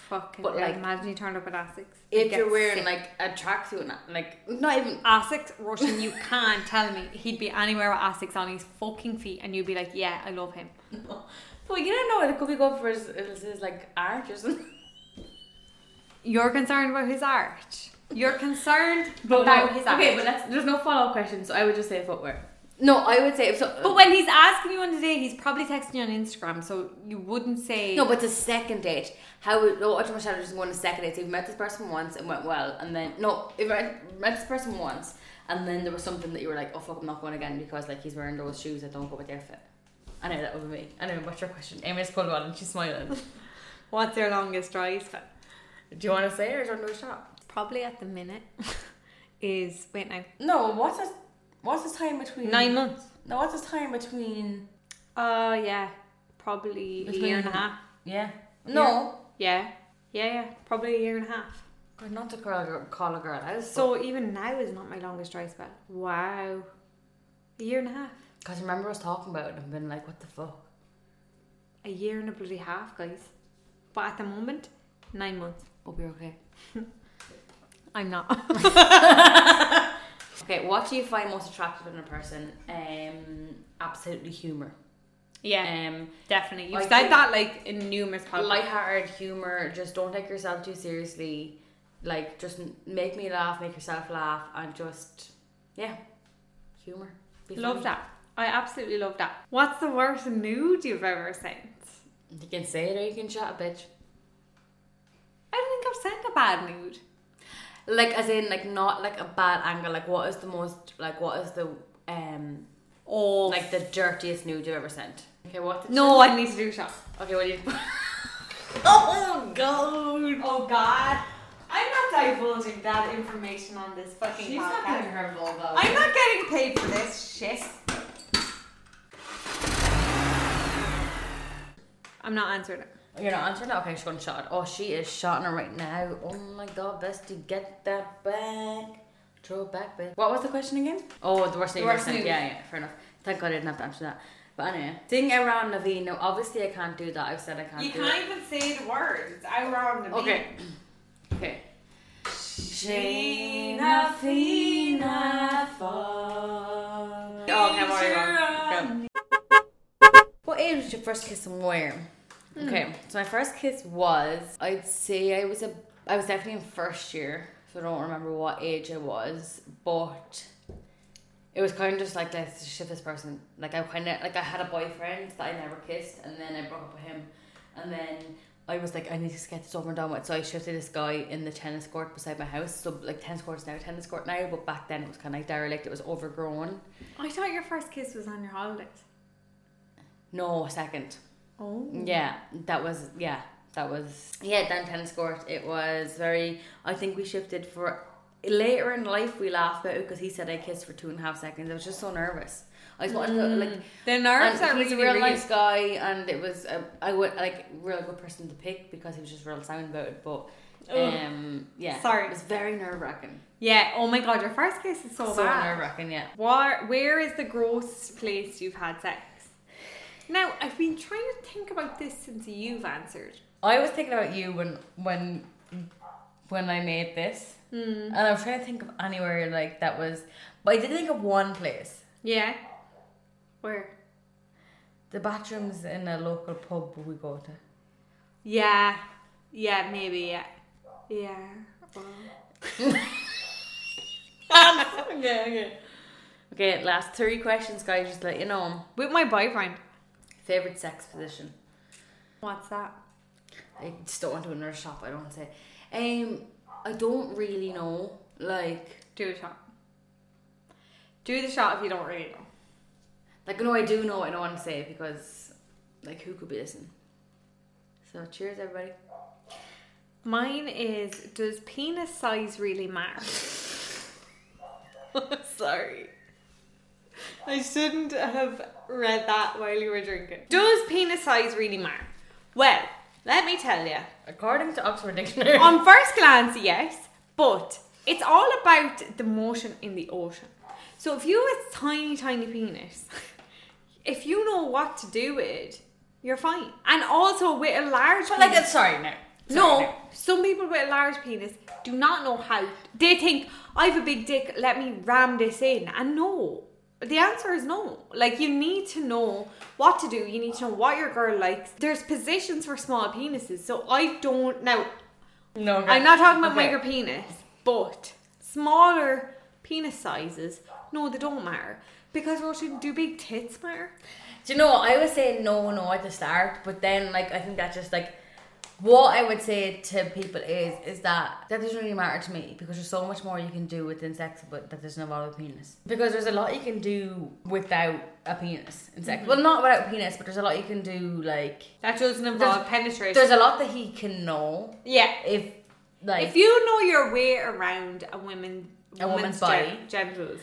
Speaker 2: Fucking.
Speaker 1: But,
Speaker 2: yeah,
Speaker 1: like-
Speaker 2: imagine you turned up at Asics.
Speaker 1: If
Speaker 2: You'd
Speaker 1: you're
Speaker 2: get
Speaker 1: wearing
Speaker 2: sick.
Speaker 1: like a tracksuit, and like not even [laughs]
Speaker 2: Asics, Russian, you can't tell me he'd be anywhere with Asics on his fucking feet, and you'd be like, yeah, I love him.
Speaker 1: Well, you don't know. It could be good for his, his, his like art or something.
Speaker 2: You're concerned about his art. You're concerned
Speaker 1: But
Speaker 2: about
Speaker 1: no,
Speaker 2: his art.
Speaker 1: okay, but let's, there's no follow up question, so I would just say footwear. No, I would say so.
Speaker 2: but when he's asking you on the day, he's probably texting you on Instagram, so you wouldn't say.
Speaker 1: no, but it's a second date. How would oh, much shadow just go on a second date? So you met this person once, it went well, and then no, if I met this person once, and then there was something that you were like, oh fuck, I'm not going again because like he's wearing those shoes that don't go with the outfit. I know that would be me. I know. What's your question? Amy just pulled one and she's smiling.
Speaker 2: What's their longest drive?
Speaker 1: [laughs] Do you want to say it or do you want to do a shot?
Speaker 2: Probably at the [laughs] minute is wait now
Speaker 1: No. What's the what's the time between
Speaker 2: nine months.
Speaker 1: No, what's the time between?
Speaker 2: Oh yeah, probably a year and a
Speaker 1: Between-
Speaker 2: half.
Speaker 1: Yeah.
Speaker 2: No. Yeah, yeah, yeah. Probably a year and a half.
Speaker 1: God, not to call a girl, call a girl out. So,
Speaker 2: So even now is not my longest dry spell. Wow, a year and a half.
Speaker 1: because remember us talking about it and been like, what the fuck?
Speaker 2: A year and a bloody half, guys. But at the moment, nine months.
Speaker 1: Hope you're okay.
Speaker 2: I'm not.
Speaker 1: [laughs] Okay, what do you find most attractive in a person? Um, absolutely humor.
Speaker 2: Yeah,
Speaker 1: Um,
Speaker 2: definitely. You've
Speaker 1: I
Speaker 2: said
Speaker 1: think-
Speaker 2: that like in numerous podcasts.
Speaker 1: lighthearted humor. Just don't take yourself too seriously. Like, just n- make me laugh, make yourself laugh, and just yeah, humor. Be
Speaker 2: love
Speaker 1: funny.
Speaker 2: that. I absolutely love that. What's the worst nude you've ever sent?
Speaker 1: You can say it or you can shut a bitch.
Speaker 2: I don't think I've sent a bad nude.
Speaker 1: Like, as in, like not like a bad angle. Like, what is the most? Like, what is the um
Speaker 2: Oh,
Speaker 1: like the dirtiest nude you've ever sent? Okay, what? did you
Speaker 2: no, I need to do a shot.
Speaker 1: Okay, what do you? [laughs] oh God!
Speaker 2: Oh God, I'm not divulging that information on this fucking
Speaker 1: her vulva.
Speaker 2: I'm not getting paid for this shit. I'm not answering it.
Speaker 1: You're not answering that. Okay, she's gonna shot it. Oh, she is shotting her right now. Oh my God, bestie, get that back. Throw it back, babe. What was the question again? Oh, the worst thing you've
Speaker 2: The
Speaker 1: ever
Speaker 2: worst
Speaker 1: sent.
Speaker 2: nude.
Speaker 1: Yeah, yeah, fair enough. Thank God I didn't have to answer that. But anyway, thing around Naveen. No, obviously I can't do that. I've said I can't. do it.
Speaker 2: even say the words. It's around the
Speaker 1: Okay. Okay. Shayna Fina Fall. Oh, okay, I'm already wrong. Okay. What age was your first kiss and where? Okay, so my first kiss was, I'd say I was a, I was definitely in first year, so I don't remember what age I was, but it was kind of just like let's shift this person. Like I kind of like I had a boyfriend that I never kissed, and then I broke up with him, and then I was like I need to get this over and done with. So I shifted this guy in the tennis court beside my house. So like tennis court is now tennis court now, but back then it was kind of like derelict. It was overgrown.
Speaker 2: I thought your first kiss was on your holidays.
Speaker 1: No second.
Speaker 2: Oh.
Speaker 1: Yeah, that was yeah, that was yeah. Down tennis court. It was very. I think we shifted for later in life. We laughed about it because he said I kissed for two and a half seconds. I was just so nervous. I just wanted to like.
Speaker 2: The nerves are
Speaker 1: and he's
Speaker 2: really
Speaker 1: a real
Speaker 2: real.
Speaker 1: nice guy, and it was a, I would like real good person to pick because he was just real sound about it. But
Speaker 2: Ugh.
Speaker 1: Um, yeah.
Speaker 2: Sorry.
Speaker 1: It was very nerve wracking.
Speaker 2: Yeah. Oh my god, your first kiss is so,
Speaker 1: So nerve
Speaker 2: bad.
Speaker 1: wracking, yeah.
Speaker 2: Where, where is the grossest place you've had sex? Now I've been trying to think about this since you've answered.
Speaker 1: I was thinking about you when when when I made this, and I was trying to think of anywhere like that was, but I did think of one place.
Speaker 2: Yeah. Where?
Speaker 1: The bathrooms in a local pub we go to.
Speaker 2: Yeah. Yeah. Maybe. Yeah. Yeah.
Speaker 1: okay, okay. Okay, last three questions, guys. Just to let you know.
Speaker 2: With my boyfriend.
Speaker 1: Favorite sex position?
Speaker 2: What's that?
Speaker 1: I just don't want to do another shop. I don't want to say. Um, I don't really know. Like,
Speaker 2: Do the shot. Do the shot if you don't really know.
Speaker 1: like no, I do know. I don't want to say it because, like, who could be listening? So, cheers, everybody.
Speaker 2: Mine is does penis size really matter? [laughs] Sorry. I shouldn't have read that while you were drinking. Does penis size really matter? Well, let me tell you.
Speaker 1: According to Oxford Dictionary.
Speaker 2: On first glance, yes, but it's all about the motion in the ocean. So if you have a tiny, tiny penis, [laughs] if you know what to do with it, you're fine. And also with a large
Speaker 1: but like,
Speaker 2: penis,
Speaker 1: it's sorry now.
Speaker 2: no, some people with a large penis do not know how. They think I have a big dick. Let me ram this in. And no, the answer is no. Like you need to know what to do. You need to know what your girl likes. There's positions for small penises. So I don't now.
Speaker 1: no. okay.
Speaker 2: I'm not talking about
Speaker 1: Okay.
Speaker 2: micro penis, but smaller penis sizes. No, they don't matter because what should do big tits matter?
Speaker 1: Do you know what? I was saying no, no at the start, but then like I think that's just like what I would say to people is is that that doesn't really matter to me because there's so much more you can do within sex, but that doesn't involve a penis because there's a lot you can do without a penis in
Speaker 2: Mm-hmm.
Speaker 1: sex. Well, not without a penis, but there's a lot you can do like
Speaker 2: That doesn't
Speaker 1: involve
Speaker 2: penetration.
Speaker 1: there's a lot that he can know
Speaker 2: yeah.
Speaker 1: if like
Speaker 2: if you know your way around a women
Speaker 1: A woman's body.
Speaker 2: gen- genitals,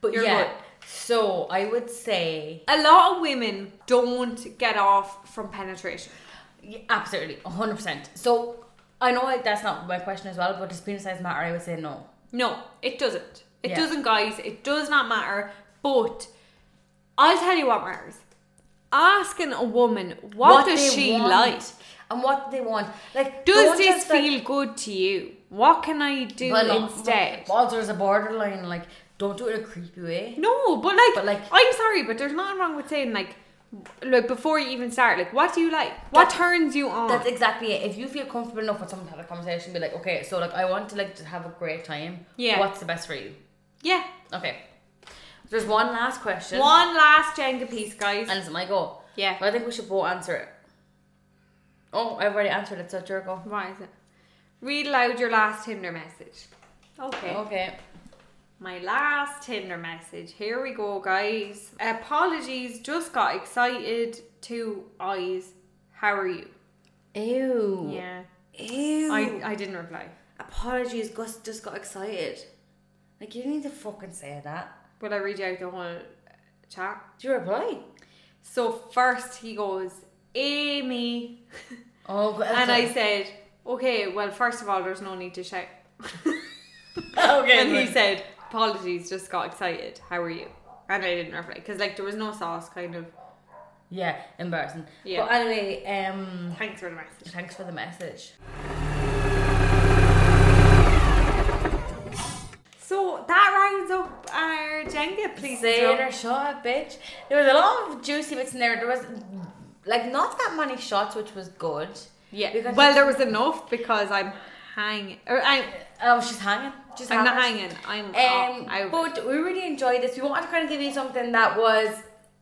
Speaker 1: but
Speaker 2: you're
Speaker 1: yeah.
Speaker 2: good.
Speaker 1: So I would say
Speaker 2: a lot of women don't get off from penetration.
Speaker 1: Yeah, absolutely, hundred percent. So I know like that's not my question as well, but does penis size matter? I would say no.
Speaker 2: No, it doesn't. It
Speaker 1: Yeah.
Speaker 2: doesn't, guys. It does not matter. But I'll tell you what matters. Asking a woman what, does
Speaker 1: they
Speaker 2: she
Speaker 1: want
Speaker 2: like?
Speaker 1: and what they want. Like,
Speaker 2: Does
Speaker 1: don't
Speaker 2: this
Speaker 1: just, like-
Speaker 2: feel good to you? What can I do
Speaker 1: Well, no,
Speaker 2: instead?
Speaker 1: but Also, there's a borderline. Like, don't do it in a creepy way.
Speaker 2: No, but like,
Speaker 1: But, like-
Speaker 2: I'm sorry, but there's nothing wrong with saying like, like before you even start, like, what do you like? What turns you on?
Speaker 1: That's exactly it. If you feel comfortable enough with someone to have a conversation, be like, okay, so like, I want to like just have a great time.
Speaker 2: Yeah.
Speaker 1: What's the best for you?
Speaker 2: yeah.
Speaker 1: Okay. There's one last question,
Speaker 2: One last Jenga piece, guys.
Speaker 1: and it's my go.
Speaker 2: yeah.
Speaker 1: But I think we should both answer it. Oh, I've already answered it, so it's your go.
Speaker 2: Why is it? Read aloud your last Tinder message. Okay.
Speaker 1: Okay.
Speaker 2: My last Tinder message. Here we go, guys. Apologies, just got excited. Two eyes. How are you?
Speaker 1: Ew.
Speaker 2: Yeah.
Speaker 1: Ew.
Speaker 2: I, I didn't reply.
Speaker 1: Apologies, Gus just got excited. Like, you didn't need to fucking say that.
Speaker 2: Will I read out the whole chat?
Speaker 1: Do you reply?
Speaker 2: So first he goes, Amy.
Speaker 1: Oh, go-
Speaker 2: And I
Speaker 1: okay.
Speaker 2: said, okay, well, first of all, there's no need to shout.
Speaker 1: [laughs] Okay,
Speaker 2: And he
Speaker 1: good.
Speaker 2: said, apologies, just got excited. How are you? And I didn't reply because, like, there was no sauce, kind of.
Speaker 1: yeah, embarrassing.
Speaker 2: Yeah.
Speaker 1: But anyway, um,
Speaker 2: Thanks for the message.
Speaker 1: thanks for the message.
Speaker 2: So that rounds up our Jenga, please.
Speaker 1: Say
Speaker 2: Joe.
Speaker 1: it or shut up, bitch. There was a lot of juicy bits in there. There was like not that many shots, which was good.
Speaker 2: Yeah.
Speaker 1: Because
Speaker 2: well, there was enough because I'm hanging. Or I'm,
Speaker 1: Oh, she's hanging. She's
Speaker 2: I'm not
Speaker 1: hanging.
Speaker 2: hanging. I'm
Speaker 1: Um,
Speaker 2: um, out.
Speaker 1: but we really enjoyed this. We wanted to kind of give you something that was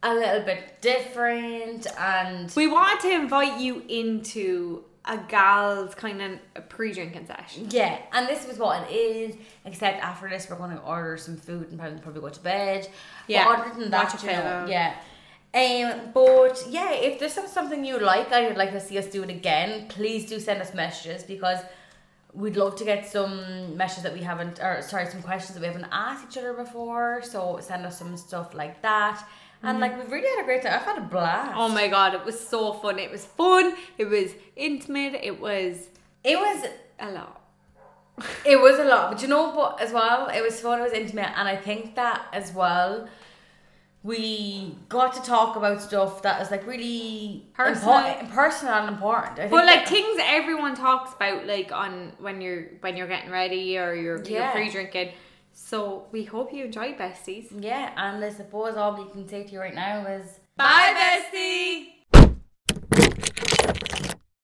Speaker 1: a little bit different and
Speaker 2: we wanted to invite you into a gal's kind of pre-drinking session.
Speaker 1: Yeah, and this was what it is. Except after this, we're going to order some food and probably, probably go to bed.
Speaker 2: Yeah,
Speaker 1: But other than that,
Speaker 2: watch a
Speaker 1: you know,
Speaker 2: film.
Speaker 1: yeah. Um, but yeah, if there's some- something you like, I would like to see us do it again. Please do send us messages because we'd love to get some messages that we haven't, or sorry, some questions that we haven't asked each other before. So send us some stuff like that. And like we've really had a great time. I've had a blast.
Speaker 2: Mm-hmm. Oh my god, it was so fun. It was fun. It was intimate. It was
Speaker 1: It was
Speaker 2: a lot.
Speaker 1: It was a lot, but you know, but as well, it was fun. It was intimate, and I think that as well, we got to talk about stuff that is like really
Speaker 2: Personal.
Speaker 1: important, personal and important. I think
Speaker 2: But like
Speaker 1: that-
Speaker 2: things everyone talks about, like on when you're when you're getting ready or you're, you're
Speaker 1: Yeah.
Speaker 2: pre-drinking. So we hope you enjoyed, besties.
Speaker 1: yeah, and I suppose all we can say to you right now is
Speaker 2: Bye, bestie.